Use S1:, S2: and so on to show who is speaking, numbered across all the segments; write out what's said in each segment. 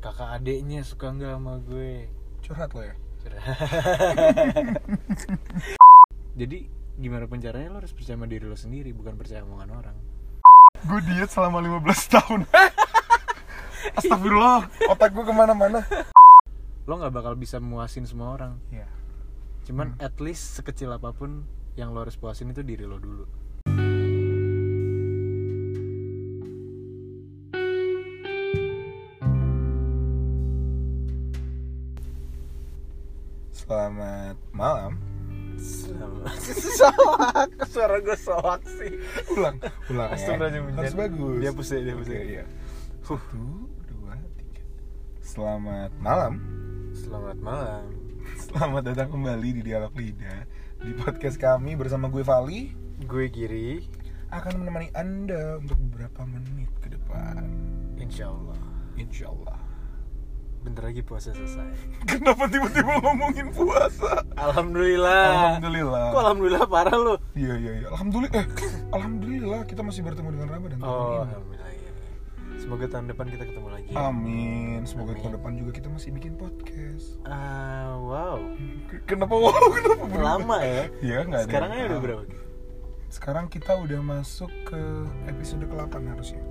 S1: kakak adiknya suka nggak sama gue
S2: curhat lo ya
S1: Curhat. jadi gimana pun caranya lo harus percaya sama diri lo sendiri bukan percaya omongan orang
S2: gue diet selama 15 tahun astagfirullah otak gue kemana-mana
S1: lo nggak bakal bisa muasin semua orang
S2: Iya.
S1: cuman at least sekecil apapun yang lo harus puasin itu diri lo dulu
S2: selamat malam
S1: soak suara gue soak sih
S2: ulang ulang ya.
S1: Astagfirullahaladzim,
S2: harus
S1: jangan.
S2: bagus
S1: Dihapus ya, dihapus
S2: Oke,
S1: ya.
S2: iya. satu dua tiga selamat malam
S1: selamat malam
S2: selamat datang kembali di dialog lidah di podcast kami bersama gue Vali
S1: gue Giri
S2: akan menemani anda untuk beberapa menit ke depan
S1: insyaallah
S2: insyaallah
S1: bentar lagi puasa selesai
S2: kenapa tiba-tiba ngomongin puasa
S1: alhamdulillah
S2: alhamdulillah
S1: kok alhamdulillah parah lo
S2: Iya iya iya. Alhamdulillah. Eh, alhamdulillah kita masih bertemu dengan Ramadan tahun
S1: oh
S2: ini.
S1: alhamdulillah ya. semoga tahun depan kita ketemu lagi ya.
S2: Amin. Semoga
S1: Amin.
S2: tahun depan juga kita masih bikin podcast.
S1: Ah, wow
S2: K- Kenapa wow? Kenapa berubah?
S1: lama ya
S2: Iya nggak ada.
S1: sekarang
S2: yang
S1: aja udah
S2: tahu.
S1: berapa
S2: Sekarang kita udah masuk ke episode ke-8 harusnya.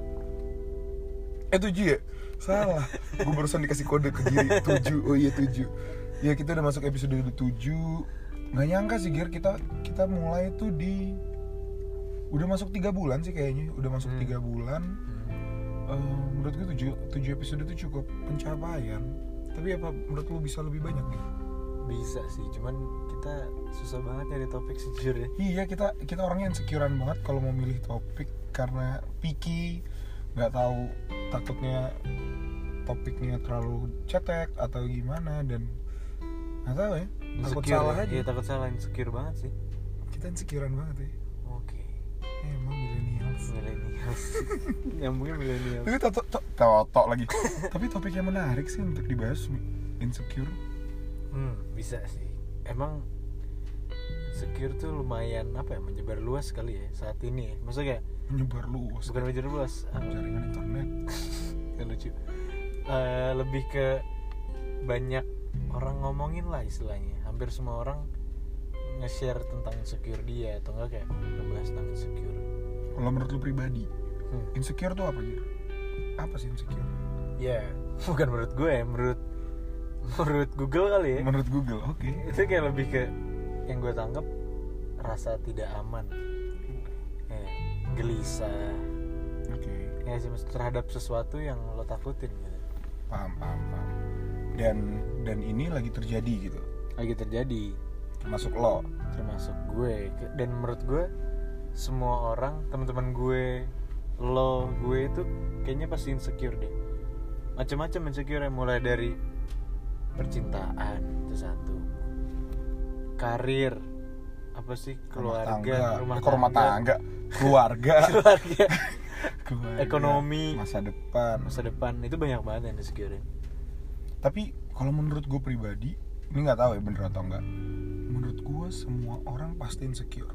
S2: Eh 7 ya? Salah. Gue barusan dikasih kode ke Giri 7. Oh iya 7. Ya kita udah masuk episode 7. Gak nyangka sih Gir kita kita mulai tuh di udah masuk tiga bulan sih kayaknya. Udah masuk
S1: Hmm.
S2: tiga bulan.
S1: Hmm.
S2: Eh, menurut gue 7, episode itu cukup pencapaian tapi apa menurut lu bisa lebih banyak nih?
S1: bisa sih cuman kita susah banget nyari topik ya. sejujurnya
S2: iya kita kita orangnya insecurean banget kalau mau milih topik karena picky nggak tahu takutnya topiknya terlalu cetek atau gimana dan nggak tahu ya takut
S1: Insecure
S2: salah
S1: ya?
S2: aja
S1: Iya, takut salah insecure banget sih
S2: kita insecurean banget ya Eh,
S1: oke
S2: emang millennials
S1: millennials nyambungnya millennials
S2: tapi toto to- toto lagi tapi topik yang menarik sih untuk dibahas insecure
S1: hmm bisa sih emang insecure tuh lumayan apa ya menyebar luas kali ya saat ini ya maksudnya kayak
S2: menyebar luas
S1: bukan menyebar luas ah,
S2: jaringan internet
S1: nggak lucu Eh, lebih ke banyak orang ngomongin lah istilahnya hampir semua orang nge-share tentang insecure dia atau enggak kayak ngebahas tentang insecure
S2: kalau menurut lu pribadi
S1: Hmm.
S2: insecure tuh apa Jir? apa sih insecure?
S1: ya bukan menurut gue ya menurut menurut Google kali ya
S2: menurut Google oke
S1: itu kayak lebih ke yang gue tanggap rasa tidak aman Eh, gelisah
S2: oke
S1: ya sih maksud- terhadap sesuatu yang lo takutin gitu
S2: paham paham paham dan dan ini lagi terjadi gitu
S1: lagi terjadi
S2: termasuk lo
S1: termasuk gue Ke- dan menurut gue semua orang teman-teman gue lo gue itu kayaknya pasti insecure deh macam-macam insecure yang mulai dari percintaan itu satu karir apa sih keluarga
S2: rumah tangga, eh, Kok rumah tangga keluarga
S1: keluarga
S2: Keluarga,
S1: Ekonomi.
S2: masa depan
S1: masa depan itu banyak banget yang insecure
S2: tapi kalau menurut gue pribadi ini nggak tahu ya bener atau enggak menurut gue semua orang pasti insecure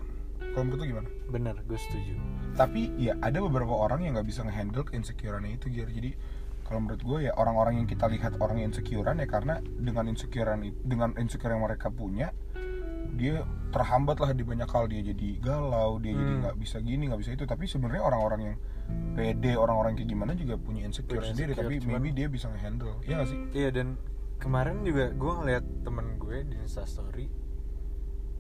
S2: kalau menurut lu gimana
S1: bener gue setuju
S2: tapi ya ada beberapa orang yang nggak bisa ngehandle keinsecureannya itu Gir jadi kalau menurut gue ya orang-orang yang kita lihat orang yang insecurean ya karena dengan insecurean i- dengan insecure yang mereka punya dia terhambat lah di banyak hal dia jadi galau dia jadi
S1: Hmm.
S2: nggak bisa gini nggak bisa itu tapi sebenarnya orang-orang yang pede orang-orang kayak gimana juga punya insecure
S1: Punya
S2: sendiri
S1: insecure,
S2: tapi
S1: cuman-
S2: maybe dia bisa ngehandle iya gak sih
S1: Iya dan kemarin juga gue ngeliat temen gue di instastory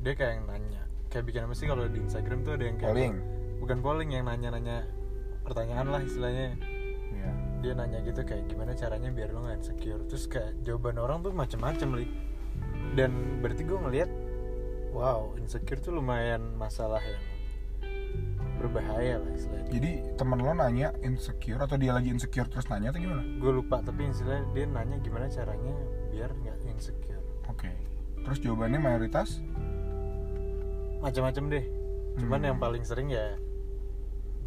S1: Dia kayak yang nanya Kayak bikin apa sih kalau di instagram tuh ada yang kayak
S2: polling
S1: Bukan polling yang nanya-nanya pertanyaan lah istilahnya
S2: ya
S1: Dia nanya gitu kayak gimana caranya biar lo gak insecure Terus kayak jawaban orang tuh macem-macem li Dan berarti gue ngeliat Wow insecure tuh lumayan masalah yang berbahaya lah istilahnya
S2: jadi teman lo nanya insecure atau dia lagi insecure terus nanya atau gimana
S1: Gue lupa tapi istilahnya dia nanya gimana caranya biar gak insecure
S2: oke terus jawabannya mayoritas
S1: macam-macam deh cuman
S2: Hmm.
S1: yang paling sering ya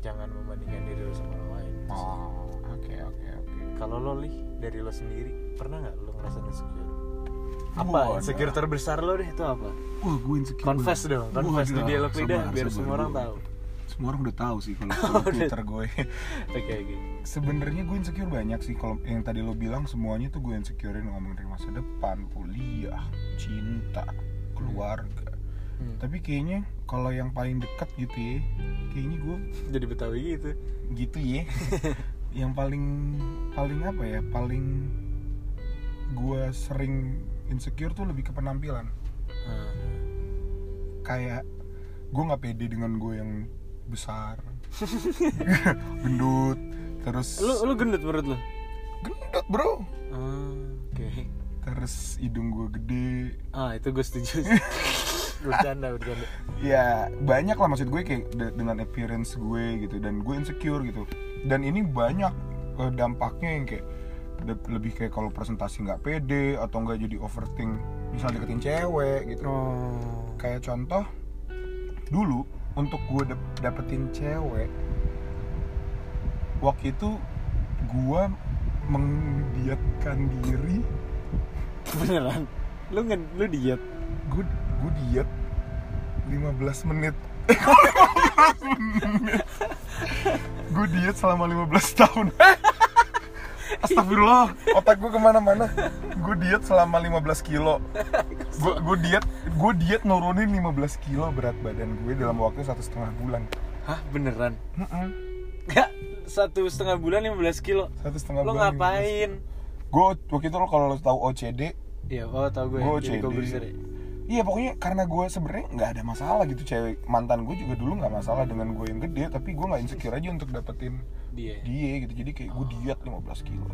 S1: jangan membandingkan diri lo sama orang lain
S2: oh oke oke oke
S1: kalau lo lih dari lo sendiri pernah nggak lo ngerasain insecure apa
S2: Waduh.
S1: insecure terbesar lo deh itu apa
S2: Wah, gue insecure.
S1: confess dong confess di
S2: Waduh,
S1: dialog lidah
S2: sabar,
S1: biar
S2: sabar
S1: semua orang
S2: dulu.
S1: tahu
S2: semua orang udah tahu sih kalau follow Twitter gue.
S1: oke oke
S2: Sebenarnya gue insecure banyak sih kalau yang tadi lo bilang semuanya tuh gue insecurein ngomong dari masa depan, kuliah, cinta, keluarga.
S1: Hmm.
S2: Tapi kayaknya kalau yang paling dekat gitu ya, kayaknya gue
S1: jadi betawi gitu
S2: gitu ya. yang paling paling apa ya? Paling gue sering insecure tuh lebih ke penampilan.
S1: Ah.
S2: kayak gue nggak pede dengan gue yang besar gendut terus
S1: lu lu gendut menurut lu
S2: gendut bro
S1: Ah, oke
S2: terus hidung gue gede
S1: ah itu gue setuju sih. bercanda bercanda
S2: ya banyak lah maksud gue kayak de- dengan appearance gue gitu dan gue insecure gitu dan ini banyak eh, dampaknya yang kayak de- lebih kayak kalau presentasi nggak pede atau nggak jadi overthink misal deketin cewek gitu
S1: oh
S2: kayak contoh dulu untuk gue dap- dapetin cewek waktu itu gue mendietkan diri
S1: beneran lu nge lu diet
S2: gue gue diet 15 menit gue diet selama 15 tahun Astagfirullah, otak gue kemana-mana Gue diet selama 15 kilo Gue gue diet, gue diet nurunin 15 kilo berat badan gue dalam waktu satu setengah bulan
S1: hah beneran
S2: Mm-mm.
S1: Gak, Ya, satu setengah bulan 15 kilo
S2: Satu setengah
S1: Lo
S2: bulan 15
S1: ngapain?
S2: Gue waktu itu lo kalau lo tahu OCD
S1: Ya, oh tau gue,
S2: Gue
S1: jadi
S2: OCD.
S1: komposer ya?
S2: Iya pokoknya karena gue sebenarnya nggak ada masalah gitu cewek mantan gue juga dulu nggak masalah dengan gue yang gede tapi gue nggak insecure aja untuk dapetin
S1: Dia
S2: dia gitu jadi kayak gue diet 15 kilo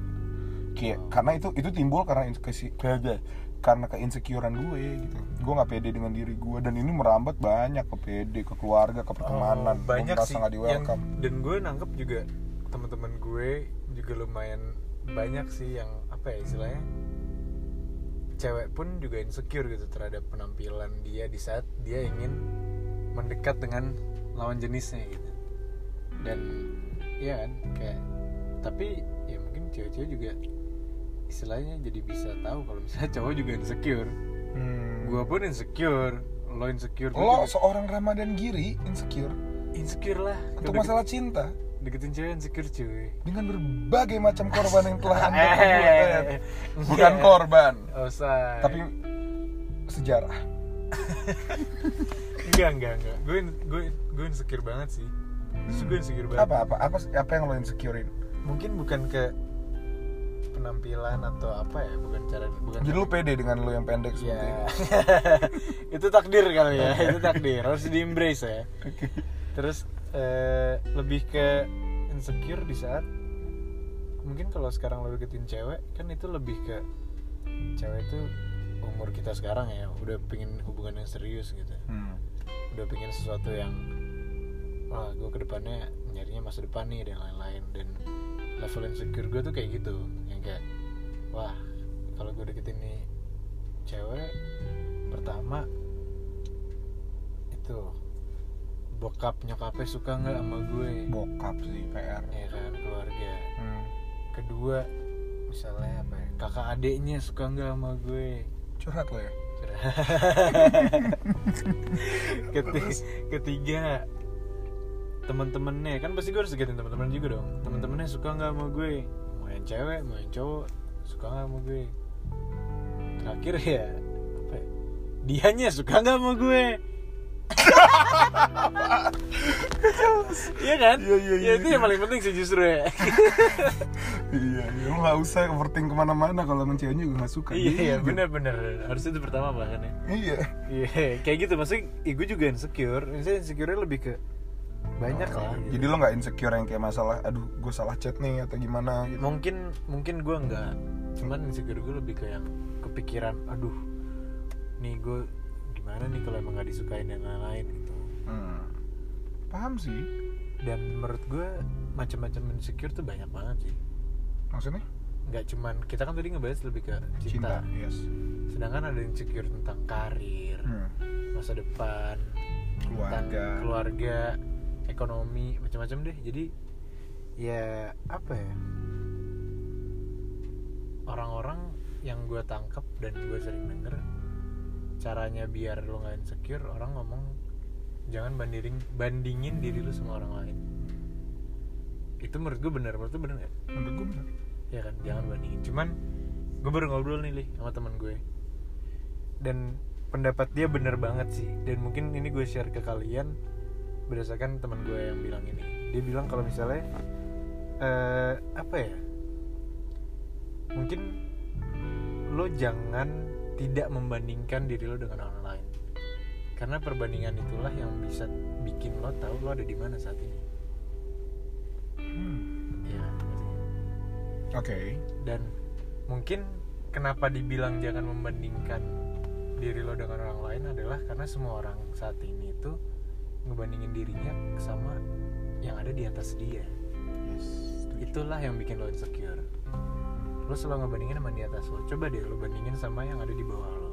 S2: kayak karena itu itu timbul karena insecure karena keinsecurean gue gitu gue nggak pede dengan diri gue dan ini merambat banyak ke pede ke keluarga ke pertemanan
S1: Oh,
S2: Gua
S1: banyak
S2: merasa
S1: sih
S2: nggak di welcome
S1: yang- dan gue nangkep juga teman-teman gue juga lumayan banyak sih yang apa ya istilahnya cewek pun juga insecure gitu terhadap penampilan dia di saat dia ingin mendekat dengan lawan jenisnya gitu dan ya kan kayak tapi ya mungkin cewek-cewek juga istilahnya jadi bisa tahu kalau misalnya cowok juga insecure
S2: Hmm.
S1: gue pun insecure lo insecure gue
S2: lo
S1: juga
S2: seorang ramadan giri insecure
S1: insecure lah
S2: untuk
S1: Kedeket-
S2: masalah cinta
S1: deketin cewek insecure cuy
S2: dengan berbagai macam korban yang telah anda perbuat.
S1: Eh,
S2: bukan
S1: iya.
S2: korban
S1: Osai.
S2: tapi sejarah
S1: enggak enggak enggak gue gue gue insecure banget sih Terus gue insecure banget
S2: apa apa apa apa yang lo insecurein
S1: mungkin bukan ke penampilan atau apa ya bukan cara bukan
S2: jadi lo pede dengan lo yang pendek
S1: ya
S2: seperti ini
S1: itu takdir kali ya itu takdir harus di embrace ya
S2: Oke.
S1: terus eh, lebih ke insecure di saat mungkin kalau sekarang lo deketin cewek kan itu lebih ke cewek itu umur kita sekarang ya udah pengen hubungan yang serius gitu
S2: Hmm.
S1: udah pengen sesuatu yang wah gue kedepannya nyarinya masa depan nih dan lain-lain dan level insecure gue tuh kayak gitu yang kayak wah kalau gue deketin nih cewek pertama itu bokap nyokapnya suka nggak sama gue
S2: bokap sih PR
S1: ya kan keluarga
S2: Hmm.
S1: kedua misalnya apa ya, kakak adiknya suka nggak sama gue
S2: curhat lo ya
S1: Keti- ketiga teman-temannya kan pasti gue harus deketin teman-teman juga dong teman-temannya suka nggak sama gue mau yang cewek mau yang cowok suka nggak sama gue terakhir ya apa ya, dianya suka nggak sama gue iya kan
S2: Iya, iya,
S1: ya
S2: iya,
S1: itu
S2: iya.
S1: yang paling penting sih justru ya
S2: iya iya. lo nggak usah overting kemana-mana kalau sama ceweknya juga nggak suka
S1: iya iya
S2: Jadi-
S1: benar-benar harus itu pertama bahkan ya
S2: iya
S1: Iya, kayak gitu maksudnya eh, gue juga insecure. Maksudnya insecure lebih ke banyak lah. gitu.
S2: Oh, iya. jadi lo nggak insecure yang kayak masalah aduh gue salah chat nih atau gimana gitu
S1: mungkin mungkin gue nggak, cuman insecure gue lebih ke yang kepikiran, aduh, nih gue gimana nih kalau emang gak disukain dan lain-lain gitu.
S2: Hmm. paham sih
S1: Dan menurut gue macam-macam insecure tuh banyak banget sih.
S2: maksudnya
S1: Nggak cuman kita kan tadi ngebahas lebih ke cinta.
S2: cinta, yes
S1: Sedangkan ada insecure tentang karir,
S2: Hmm.
S1: masa depan, tentang
S2: keluarga
S1: keluarga ekonomi macam-macam deh jadi ya apa ya orang-orang yang gue tangkep dan gue sering denger caranya biar lo nggak insecure orang ngomong jangan bandingin bandingin diri lu sama orang lain itu menurut gue bener menurut lu bener gak?
S2: menurut gue benar
S1: ya kan jangan bandingin cuman gue baru ngobrol nih Lih, sama teman gue dan pendapat dia bener banget sih dan mungkin ini gue share ke kalian berdasarkan teman gue yang bilang ini dia bilang kalau misalnya eh apa ya mungkin lo jangan tidak membandingkan diri lo dengan orang lain karena perbandingan itulah yang bisa bikin lo tahu lo ada di mana saat ini
S2: Hmm,
S1: ya ngerti?
S2: oke
S1: dan mungkin kenapa dibilang jangan membandingkan diri lo dengan orang lain adalah karena semua orang saat ini itu ngebandingin dirinya sama yang ada di atas dia
S2: yes setuju.
S1: itulah yang bikin lo insecure lo selalu ngebandingin sama di atas lo coba deh lo bandingin sama yang ada di bawah lo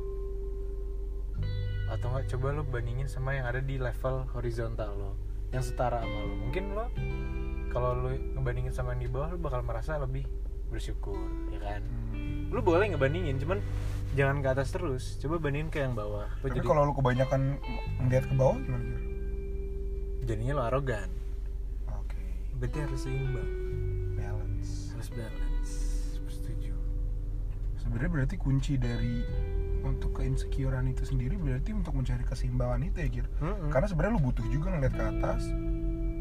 S1: atau nggak coba lo bandingin sama yang ada di level horizontal lo yang setara sama lo mungkin lo kalau lo ngebandingin sama yang di bawah lo bakal merasa lebih bersyukur ya kan
S2: Hmm.
S1: lu boleh ngebandingin cuman jangan ke atas terus coba bandingin ke yang bawah lu
S2: tapi
S1: jadi
S2: kalau lu kebanyakan melihat ke bawah gimana Jir?
S1: jadinya lu arogan
S2: oke
S1: berarti harus seimbang
S2: balance
S1: harus balance setuju
S2: sebenarnya berarti kunci dari untuk keinsecurean itu sendiri berarti untuk mencari keseimbangan itu ya Jir
S1: Mm-mm.
S2: karena sebenarnya lu butuh juga ngeliat ke atas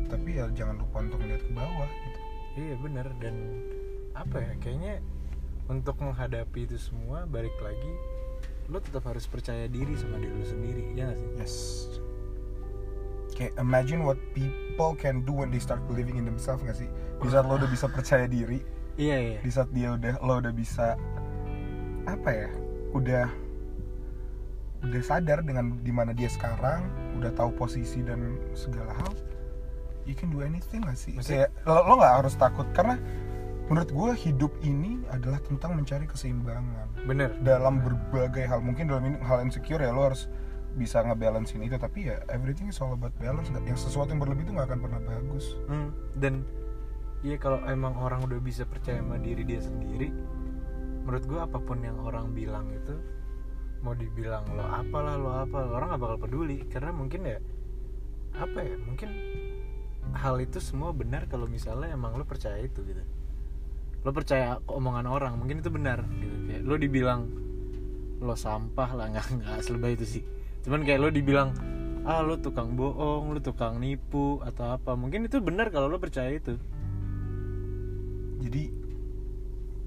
S2: tapi ya jangan lupa untuk ngeliat ke bawah gitu
S1: iya bener dan apa ya kayaknya untuk menghadapi itu semua balik lagi lu tetap harus percaya diri sama diri lu sendiri ya gak sih
S2: yes kayak imagine what people can do when they start believing in themselves nggak sih di saat lo udah bisa percaya diri
S1: iya iya
S2: di saat dia udah lo udah bisa apa ya udah udah sadar dengan dimana dia sekarang udah tahu posisi dan segala hal you can do anything gak sih
S1: Maksudnya-
S2: kayak lo lo nggak harus takut karena menurut gue hidup ini adalah tentang mencari keseimbangan
S1: bener
S2: dalam
S1: Hmm.
S2: berbagai hal mungkin dalam ini hal insecure ya lo harus bisa ngebalancein itu tapi ya everything is all about balance Nggak- yang sesuatu yang berlebih itu nggak akan pernah bagus
S1: Hmm, dan iya kalau emang orang udah bisa percaya sama diri dia sendiri menurut gue apapun yang orang bilang itu mau dibilang lo apalah lo apa orang gak bakal peduli karena mungkin ya apa ya mungkin hal itu semua benar kalau misalnya emang lo percaya itu gitu lo percaya ke omongan orang mungkin itu benar gitu kayak lo dibilang lo sampah lah nggak nggak selebay itu sih cuman kayak lo dibilang ah lo tukang bohong lo tukang nipu atau apa mungkin itu benar kalau lo percaya itu
S2: jadi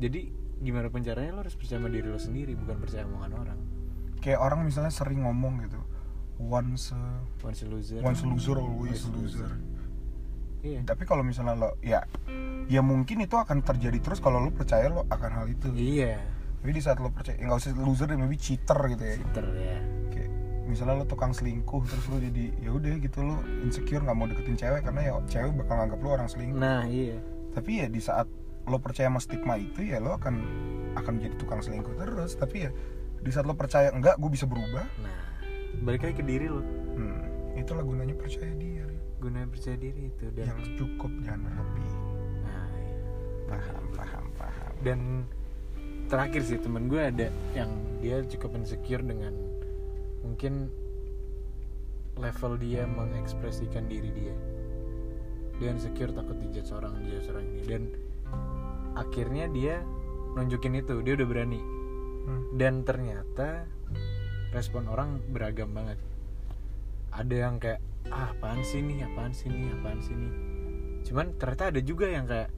S1: jadi gimana pun caranya lo harus percaya sama diri lo sendiri bukan percaya omongan orang
S2: kayak orang misalnya sering ngomong gitu once a-
S1: once a loser
S2: once a loser always a loser
S1: iya
S2: tapi kalau misalnya lo ya ya mungkin itu akan terjadi terus kalau lo percaya lo akan hal itu
S1: iya
S2: tapi di saat lo percaya ya nggak usah loser deh maybe cheater gitu ya
S1: Cheater, ya
S2: kayak misalnya lo tukang selingkuh terus lo jadi ya udah gitu lo insecure nggak mau deketin cewek karena ya cewek bakal nganggap lo orang selingkuh
S1: nah iya
S2: tapi ya di saat lo percaya sama stigma itu ya lo akan akan jadi tukang selingkuh terus tapi ya di saat lo percaya enggak gue bisa berubah
S1: nah balik lagi ke diri lo
S2: hmm, itulah gunanya percaya diri
S1: gunanya percaya diri itu dan
S2: yang cukup jangan berlebih
S1: nah, iya.
S2: paham paham paham
S1: dan terakhir sih temen gue ada yang dia cukup insecure dengan mungkin level dia mengekspresikan diri dia dia insecure takut dijat orang dijat orang ini dan akhirnya dia nunjukin itu dia udah berani
S2: Hmm.
S1: dan ternyata respon orang beragam banget ada yang kayak ah apaan sih nih apaan sih nih apaan sih nih cuman ternyata ada juga yang kayak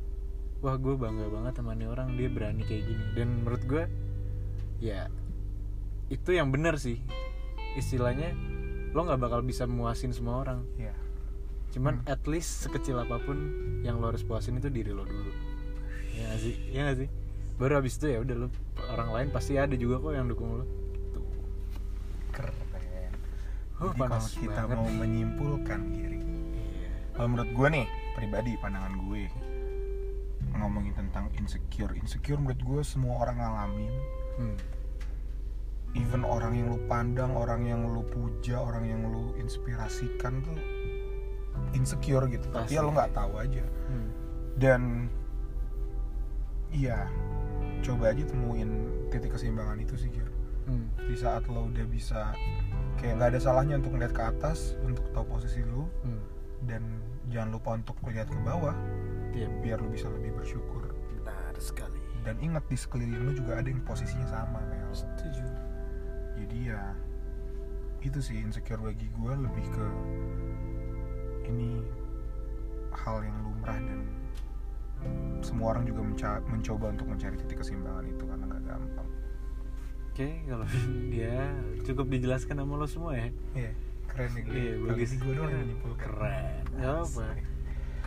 S1: wah gue bangga banget sama nih orang dia berani kayak gini dan menurut gue ya itu yang benar sih istilahnya lo nggak bakal bisa muasin semua orang
S2: ya
S1: cuman
S2: Hmm.
S1: at least sekecil apapun yang lo harus puasin itu diri lo dulu ya gak sih ya gak sih baru habis itu ya udah lo orang lain pasti ada juga kok yang dukung lo tuh
S2: keren
S1: Huh,
S2: Jadi kalau
S1: panas
S2: kita
S1: banget
S2: mau
S1: nih.
S2: menyimpulkan diri
S1: Iya.
S2: kalau menurut gue nih pribadi pandangan gue ngomongin tentang insecure insecure menurut gue semua orang ngalamin
S1: hmm.
S2: even orang yang lu pandang, orang yang lu puja, orang yang lu inspirasikan tuh insecure gitu. Tapi ya
S1: Pasti.
S2: lu nggak tahu aja.
S1: Hmm.
S2: Dan iya, coba aja temuin titik keseimbangan itu sih, Jir.
S1: Hmm.
S2: Di saat lo udah bisa kayak nggak ada salahnya untuk ngeliat ke atas untuk tahu posisi lu
S1: Hmm.
S2: dan jangan lupa untuk melihat ke bawah
S1: Iya,
S2: biar lu bisa lebih bersyukur
S1: benar sekali.
S2: dan ingat di sekeliling lu juga ada yang posisinya sama kayak lu.
S1: Setuju.
S2: jadi ya itu sih insecure bagi gue lebih ke ini hal yang lumrah dan semua orang juga menca- mencoba untuk mencari titik keseimbangan itu karena nggak gampang
S1: Oke, kalau dia cukup dijelaskan sama lo semua ya.
S2: iya keren nih
S1: Iya, bagus.
S2: gue doang yang Iya. menyimpulkan
S1: Keren. Gak apa.
S2: Asik.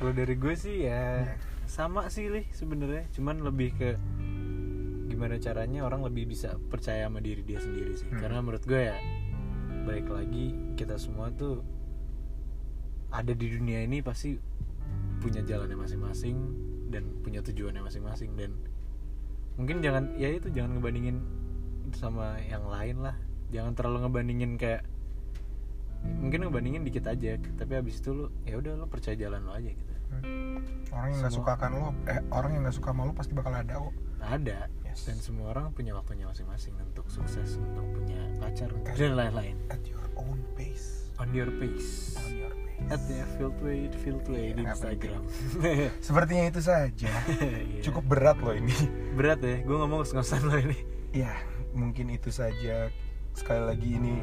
S1: Kalau dari gue sih ya
S2: Iya.
S1: sama sih lih sebenarnya, cuman lebih ke gimana caranya orang lebih bisa percaya sama diri dia sendiri sih.
S2: Hmm.
S1: Karena menurut gue ya baik lagi kita semua tuh ada di dunia ini pasti punya jalannya masing-masing dan punya tujuannya masing-masing dan mungkin jangan ya itu jangan ngebandingin sama yang lain lah jangan terlalu ngebandingin kayak mungkin ngebandingin dikit aja tapi abis itu lu ya udah lu percaya jalan lo aja gitu
S2: orang yang nggak
S1: Semua-
S2: suka kan lo eh orang yang nggak suka sama lo pasti bakal ada oh, kok
S1: ada
S2: yes
S1: dan semua orang punya waktunya masing-masing untuk sukses untuk punya pacar untuk- dan lain-lain
S2: at your own pace
S1: on your pace
S2: on your pace
S1: at the field way field way di
S2: Iya, apa
S1: Instagram
S2: sepertinya itu saja
S1: Iya.
S2: cukup berat loh ini
S1: berat ya gue ngomong ngos-ngosan lo ini
S2: ya mungkin itu saja sekali lagi ini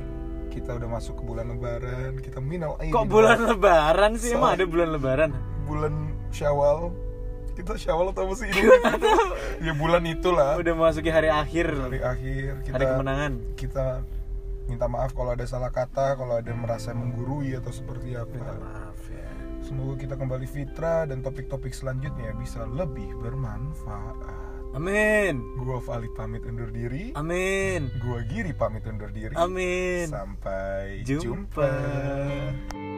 S2: kita udah masuk ke bulan lebaran kita minal aidin
S1: kok bulan lebaran sih emang
S2: Sorry.
S1: ada bulan lebaran
S2: bulan syawal kita syawal atau apa sih ini ya bulan itulah
S1: udah memasuki hari akhir
S2: hari akhir kita
S1: hari kemenangan
S2: kita minta maaf kalau ada salah kata kalau ada merasa menggurui atau seperti
S1: minta
S2: apa
S1: maaf ya
S2: semoga kita kembali fitra dan topik-topik selanjutnya bisa lebih bermanfaat
S1: amin
S2: gua Valid pamit undur diri
S1: amin
S2: gua Giri pamit undur diri
S1: amin
S2: sampai
S1: jumpa.
S2: jumpa.